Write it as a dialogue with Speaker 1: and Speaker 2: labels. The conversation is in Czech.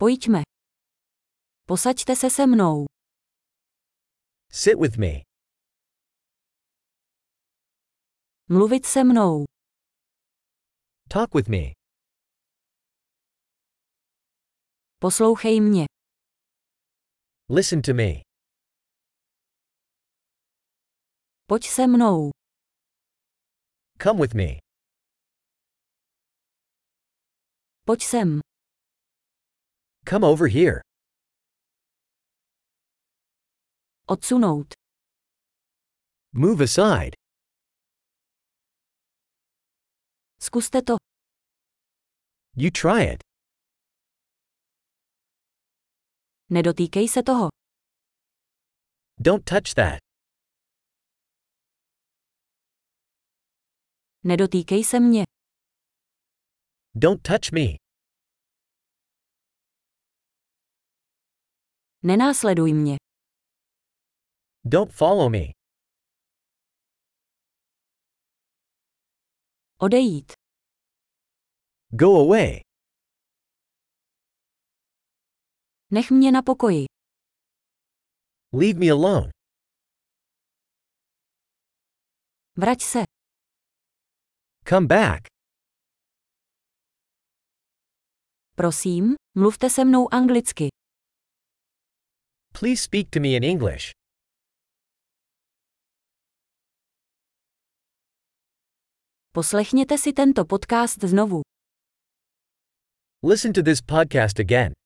Speaker 1: Pojďme. Posaďte se se mnou.
Speaker 2: Sit with me.
Speaker 1: Mluvit se mnou.
Speaker 2: Talk with me.
Speaker 1: Poslouchej mě.
Speaker 2: Listen to me.
Speaker 1: Pojď se mnou.
Speaker 2: Come with me.
Speaker 1: Pojď sem.
Speaker 2: Come over here.
Speaker 1: Odsunout.
Speaker 2: Move aside.
Speaker 1: Zkuste to.
Speaker 2: You try it.
Speaker 1: Nedotýkej se toho.
Speaker 2: Don't touch that.
Speaker 1: Nedotýkej se mě.
Speaker 2: Don't touch me.
Speaker 1: Nenásleduj mě.
Speaker 2: Don't follow me.
Speaker 1: Odejít.
Speaker 2: Go away.
Speaker 1: Nech mě na pokoji.
Speaker 2: Leave me alone.
Speaker 1: Vrať se.
Speaker 2: Come back.
Speaker 1: Prosím, mluvte se mnou anglicky.
Speaker 2: Please speak to me in English.
Speaker 1: Poslechněte si tento podcast znovu.
Speaker 2: Listen to this podcast again.